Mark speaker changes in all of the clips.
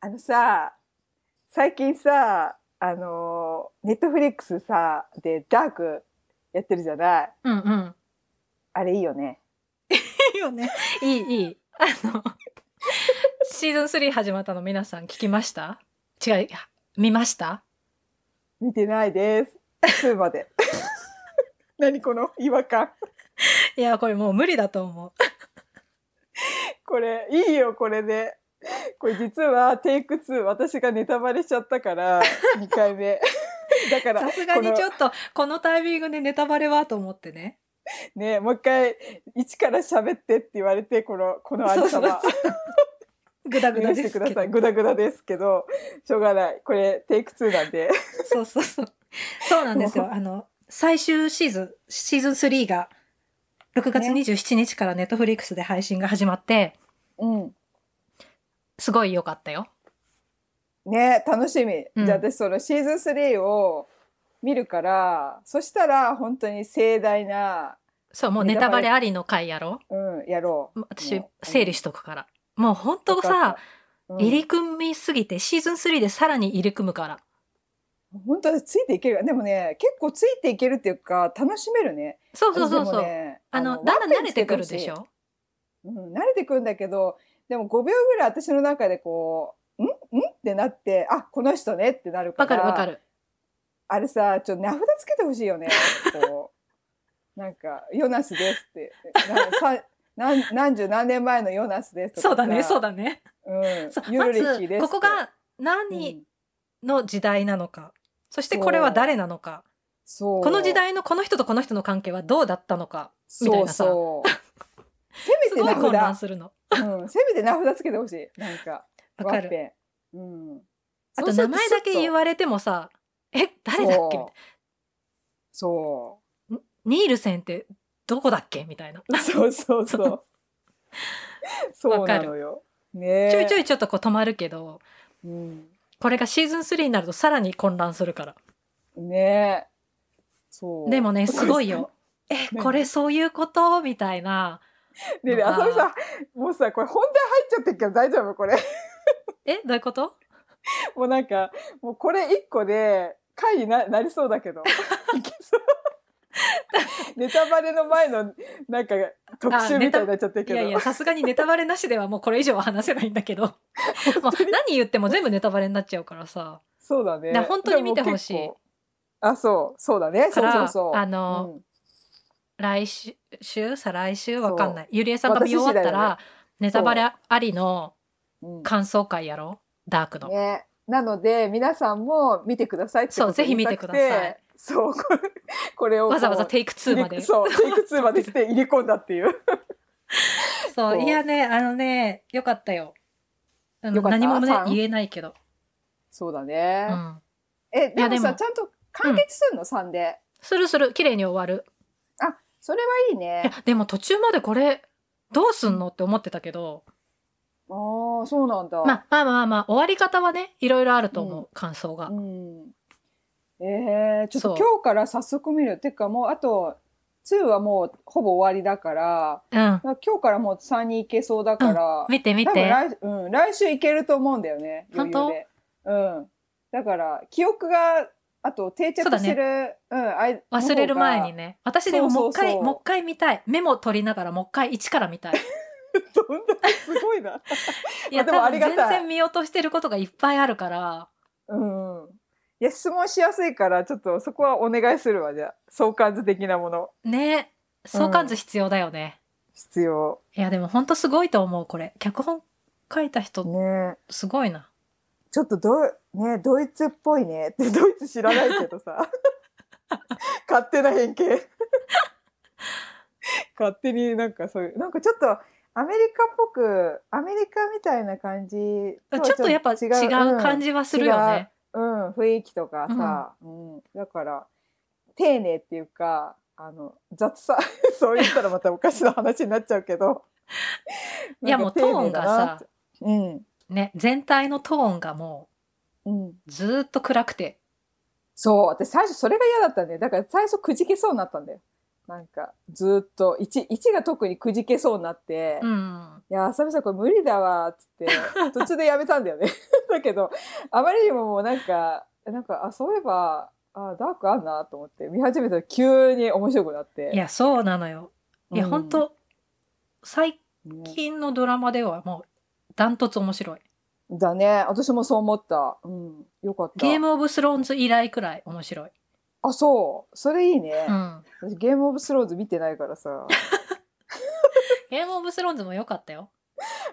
Speaker 1: あのさ、最近さ、あの、ネットフリックスさ、でダークやってるじゃない
Speaker 2: うんうん。
Speaker 1: あれいいよね。
Speaker 3: いいよね。
Speaker 2: いい、いい。あの、シーズン3始まったの皆さん聞きました違う、見ました
Speaker 1: 見てないです。2まで。何この違和感。
Speaker 2: いや、これもう無理だと思
Speaker 1: これ、いいよ、これで。これ実はテイク2、私がネタバレしちゃったから、2回目。だか
Speaker 2: う。
Speaker 1: ら、
Speaker 2: さすがにちょっと、このタイミングでネタバレはと思ってね。
Speaker 1: ね、もう一回、一から喋ってって言われて、この、このあ
Speaker 2: そ
Speaker 1: り
Speaker 2: うそ
Speaker 1: さ
Speaker 2: うそ
Speaker 1: ま
Speaker 2: う。。ぐだぐ
Speaker 1: 許
Speaker 2: だ
Speaker 1: し
Speaker 2: で
Speaker 1: て
Speaker 2: す
Speaker 1: くだ
Speaker 2: けど
Speaker 1: さ。い。グダグダですけど、しょうがない。これ、テイク2なんで。
Speaker 2: そうそうそう。そうなんですよ。あの、最終シーズン、シーズン3が、6月
Speaker 1: ね
Speaker 2: 27日からネットフリックスで配信が始まって、
Speaker 1: うん。
Speaker 2: すごい良かったよ。
Speaker 1: ね、楽しみ。
Speaker 2: うん
Speaker 1: じゃあ私、そのシーズン3を見るから、そしたら、本当に盛大な、
Speaker 2: そう、もう
Speaker 1: ネ
Speaker 2: ネ
Speaker 1: タ
Speaker 2: タ
Speaker 1: バ
Speaker 2: バ
Speaker 1: レ
Speaker 2: レありの回やろ
Speaker 1: うん、やろう。
Speaker 2: 私
Speaker 1: も、う
Speaker 2: 整理しとくから。もう本当
Speaker 1: わ
Speaker 2: さ
Speaker 1: か、うん
Speaker 2: 入り組みすぎて、シーズン3でさらに入り組むから。
Speaker 1: 本当はついていけるでもね結構ついていけるっていうか楽しめるね
Speaker 2: そうそうそう
Speaker 1: 私
Speaker 2: そ
Speaker 1: でも
Speaker 2: う。
Speaker 1: ね
Speaker 2: あの、
Speaker 1: ワン
Speaker 2: だん
Speaker 1: ペ
Speaker 2: だ
Speaker 1: ン
Speaker 2: ん慣れ
Speaker 1: つけ
Speaker 2: てく
Speaker 1: ほ
Speaker 2: る
Speaker 1: しい
Speaker 2: でしょ
Speaker 1: うん、慣れてくるんだけどでも5秒ぐらい私の中でこう「んん?」ってなって「あこの人ね」ってなるか
Speaker 2: わからるわかる。
Speaker 1: あれさちょっと名札つけてほしいよねこう なんか「ヨナスです」ってなさ何何十何年前のヨナスですとか
Speaker 2: そうだね、そう
Speaker 1: だ、
Speaker 2: だね。
Speaker 1: うん
Speaker 2: そう、
Speaker 1: ユ
Speaker 2: ま
Speaker 1: ルリヒ
Speaker 2: ず
Speaker 1: で、す
Speaker 2: ここ
Speaker 1: って
Speaker 2: が
Speaker 1: う
Speaker 2: 何
Speaker 1: ん
Speaker 2: の時代なのか。そしてこれは誰なのか。
Speaker 1: そう
Speaker 2: この時代のこの人とこの人の関係はどうだったのか。みたいなさ
Speaker 1: そうそう
Speaker 2: す
Speaker 1: せめて
Speaker 2: ご
Speaker 1: 名札
Speaker 2: い混乱するの。
Speaker 1: うん、せめて名札つけてほしい。なんか、
Speaker 2: わ
Speaker 1: ワ
Speaker 2: か
Speaker 1: ッ
Speaker 2: る。
Speaker 1: ペン。うん。
Speaker 2: あと名前だけ言
Speaker 1: れ
Speaker 2: われてもさ、え、誰だっけみたい
Speaker 1: そ
Speaker 2: な。ニールセンってどこだっけみたいな。
Speaker 1: う。そうそうそう。 そうなのよ。ね
Speaker 2: ちょいちょ
Speaker 1: い。
Speaker 2: いちょっとこう止まるけど、
Speaker 1: うん、
Speaker 2: これがシーズン3になるとさらに混乱するから。
Speaker 1: ねそう。
Speaker 2: でもね、すご いよ。え、
Speaker 1: 何
Speaker 2: これそういうことみたいな。
Speaker 1: ねえねえ、
Speaker 2: まあ
Speaker 1: 浅見さん、もうさ、これ本題入っちゃってるけど大丈夫こ れ。
Speaker 2: え、どういうこと
Speaker 1: もうなんか、もうこれ一個で、回にななりそうだけ ど。いけそう。ネタバレの前の、なんか、特集みたいになっちゃってる
Speaker 2: い
Speaker 1: けど。
Speaker 2: やいや、さすがにネタバレなしではもうこれ以上は話せないんだけど。 もう何言っても全部ネタバレになっちゃうからさ。
Speaker 1: そうだね。
Speaker 2: だから本当に見てほしい
Speaker 1: でも結構。あ、そう、そうだね。
Speaker 2: か
Speaker 1: そう
Speaker 2: ら
Speaker 1: そうそう。
Speaker 2: あの
Speaker 1: うん
Speaker 2: 来週、週再来週
Speaker 1: そう
Speaker 2: わかんない。ゆりえさんが見終わ
Speaker 1: 私
Speaker 2: った
Speaker 1: 次第だ
Speaker 2: ら、ネタバレありの
Speaker 1: うん
Speaker 2: 感想会やろうダークの。
Speaker 1: ね。なので、皆さんも見てくださいってこと
Speaker 2: そうぜひ見てください
Speaker 1: 言たくて。そう、これこれをこう
Speaker 2: わざわざテイク2ま
Speaker 1: 入
Speaker 2: で。
Speaker 1: れそう、テイク2まで して入れ込んだっていう。
Speaker 2: そ
Speaker 1: そう
Speaker 2: う、いやね、あのね、よかったよ。あ
Speaker 1: よ
Speaker 2: の
Speaker 1: かった
Speaker 2: 何もね
Speaker 1: さん、
Speaker 2: 言えないけど。
Speaker 1: そうだ
Speaker 2: う
Speaker 1: ね。
Speaker 2: ん。
Speaker 1: え、でも
Speaker 2: やで
Speaker 1: さ、
Speaker 2: も
Speaker 1: ちゃんと完結するの ?3 で。
Speaker 2: するする、綺麗に終わる。
Speaker 1: それはいい
Speaker 2: いや
Speaker 1: ね。、
Speaker 2: でも途中までこれ、どうすんのって思ってたけど、
Speaker 1: ああ、そうなんだ。
Speaker 2: まあまあまあまあ、終わり方はね、いろいろあると思う、
Speaker 1: うん
Speaker 2: 感想が
Speaker 1: う。ん。えー、ちょっ
Speaker 2: そ
Speaker 1: と
Speaker 2: う
Speaker 1: 今日から早速見る。てかもう、あと、2はもうほぼ終わりだから、
Speaker 2: うん。
Speaker 1: 今日からもう3に行けそうだから、
Speaker 2: 見て見
Speaker 1: 多分
Speaker 2: て。
Speaker 1: 来,、うん、来週行けると思うんだよね余裕で。うん、だから記憶があと定着
Speaker 2: そうだね
Speaker 1: するう、ん、あい
Speaker 2: 忘れる 前に。ね。私でももう一
Speaker 1: そう
Speaker 2: 回、
Speaker 1: そうそう
Speaker 2: もう一回見たい。メモ取りながらもう一回一から 見たい。
Speaker 1: の方がどんだけすごいな。
Speaker 2: いや、
Speaker 1: でも
Speaker 2: 多
Speaker 1: あり
Speaker 2: 分
Speaker 1: がたい
Speaker 2: 全然見落としてることがいっぱいあるから、
Speaker 1: うん。いや質問しやすいからちょっとそこはお願いするわじゃあ相関図的なもの
Speaker 2: ね、相関図必要だよね。
Speaker 1: 必要
Speaker 2: いや、でもほんとすごいと思う、これ。脚本書いた人、
Speaker 1: ね
Speaker 2: すごいな。
Speaker 1: ちょっとド,、ね、ドイツっぽいねってドイツ知らないけど さ勝手な偏見勝手になんかそういうなんかちょっとアメリカっぽくアメリカみたいな感じ
Speaker 2: ちょっとやっぱ違う感
Speaker 1: じ、
Speaker 2: じはするよね。
Speaker 1: うんうん雰囲気とかさ、うんだから丁寧っていうかあの雑さ そう言ったらまたおかしな話になっちゃうけど
Speaker 2: いや、もうトーンが
Speaker 1: なんか
Speaker 2: さ、
Speaker 1: 丁寧だなって
Speaker 2: ね、全体のトーンがも
Speaker 1: うんうん
Speaker 2: うずーっと暗くて、
Speaker 1: そう、私最初それが嫌だったんだよ。だから最初くじけそうになったんだよ。なんか、ずーっと、1、1が特にくじけそうになって、
Speaker 2: う
Speaker 1: い
Speaker 2: ん。
Speaker 1: や、浅見さんこれ無理だわ、つって、 途中でやめたんだよね。 だけど、あまりにももうなんか、なんか、あ、そういえば、あ、ダークあんなと思って、見始めたら急に面白くなって。
Speaker 2: いや、そうなのよ。
Speaker 1: うん、
Speaker 2: いや、本当最
Speaker 1: ね
Speaker 2: 近のドラマではもう、ダントツ面白い。
Speaker 1: だね。私もそう思った。うん。よかった。
Speaker 2: ゲームオブスローンズ以来くらい面白い。
Speaker 1: あ、そう。それいいね
Speaker 2: う。ん。
Speaker 1: 私ゲームオブスローンズ見てないからさ。
Speaker 2: ゲームオブスローンズも良かったよ。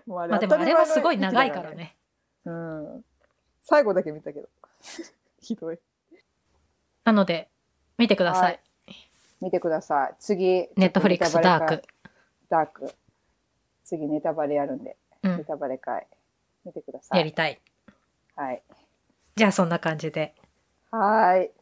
Speaker 1: もうあ
Speaker 2: まあでも
Speaker 1: 当
Speaker 2: あ
Speaker 1: た
Speaker 2: れ
Speaker 1: り前
Speaker 2: は
Speaker 1: の
Speaker 2: すごい長いか
Speaker 1: 域だ
Speaker 2: らね。
Speaker 1: うん。最後だけ見たけど。 ひどい。
Speaker 2: なので、見てくださ
Speaker 1: はいい。見てください。次、
Speaker 2: ネットフリックス
Speaker 1: ネタ
Speaker 2: ダ
Speaker 1: バ
Speaker 2: ー
Speaker 1: レ会
Speaker 2: ク。。
Speaker 1: ダーク。次、ネタバレやるんで。
Speaker 2: う
Speaker 1: ネ
Speaker 2: ん。
Speaker 1: タバレ会。見てください。
Speaker 2: やりたい。
Speaker 1: はい。
Speaker 2: じゃあそんな感じで。
Speaker 1: はーい。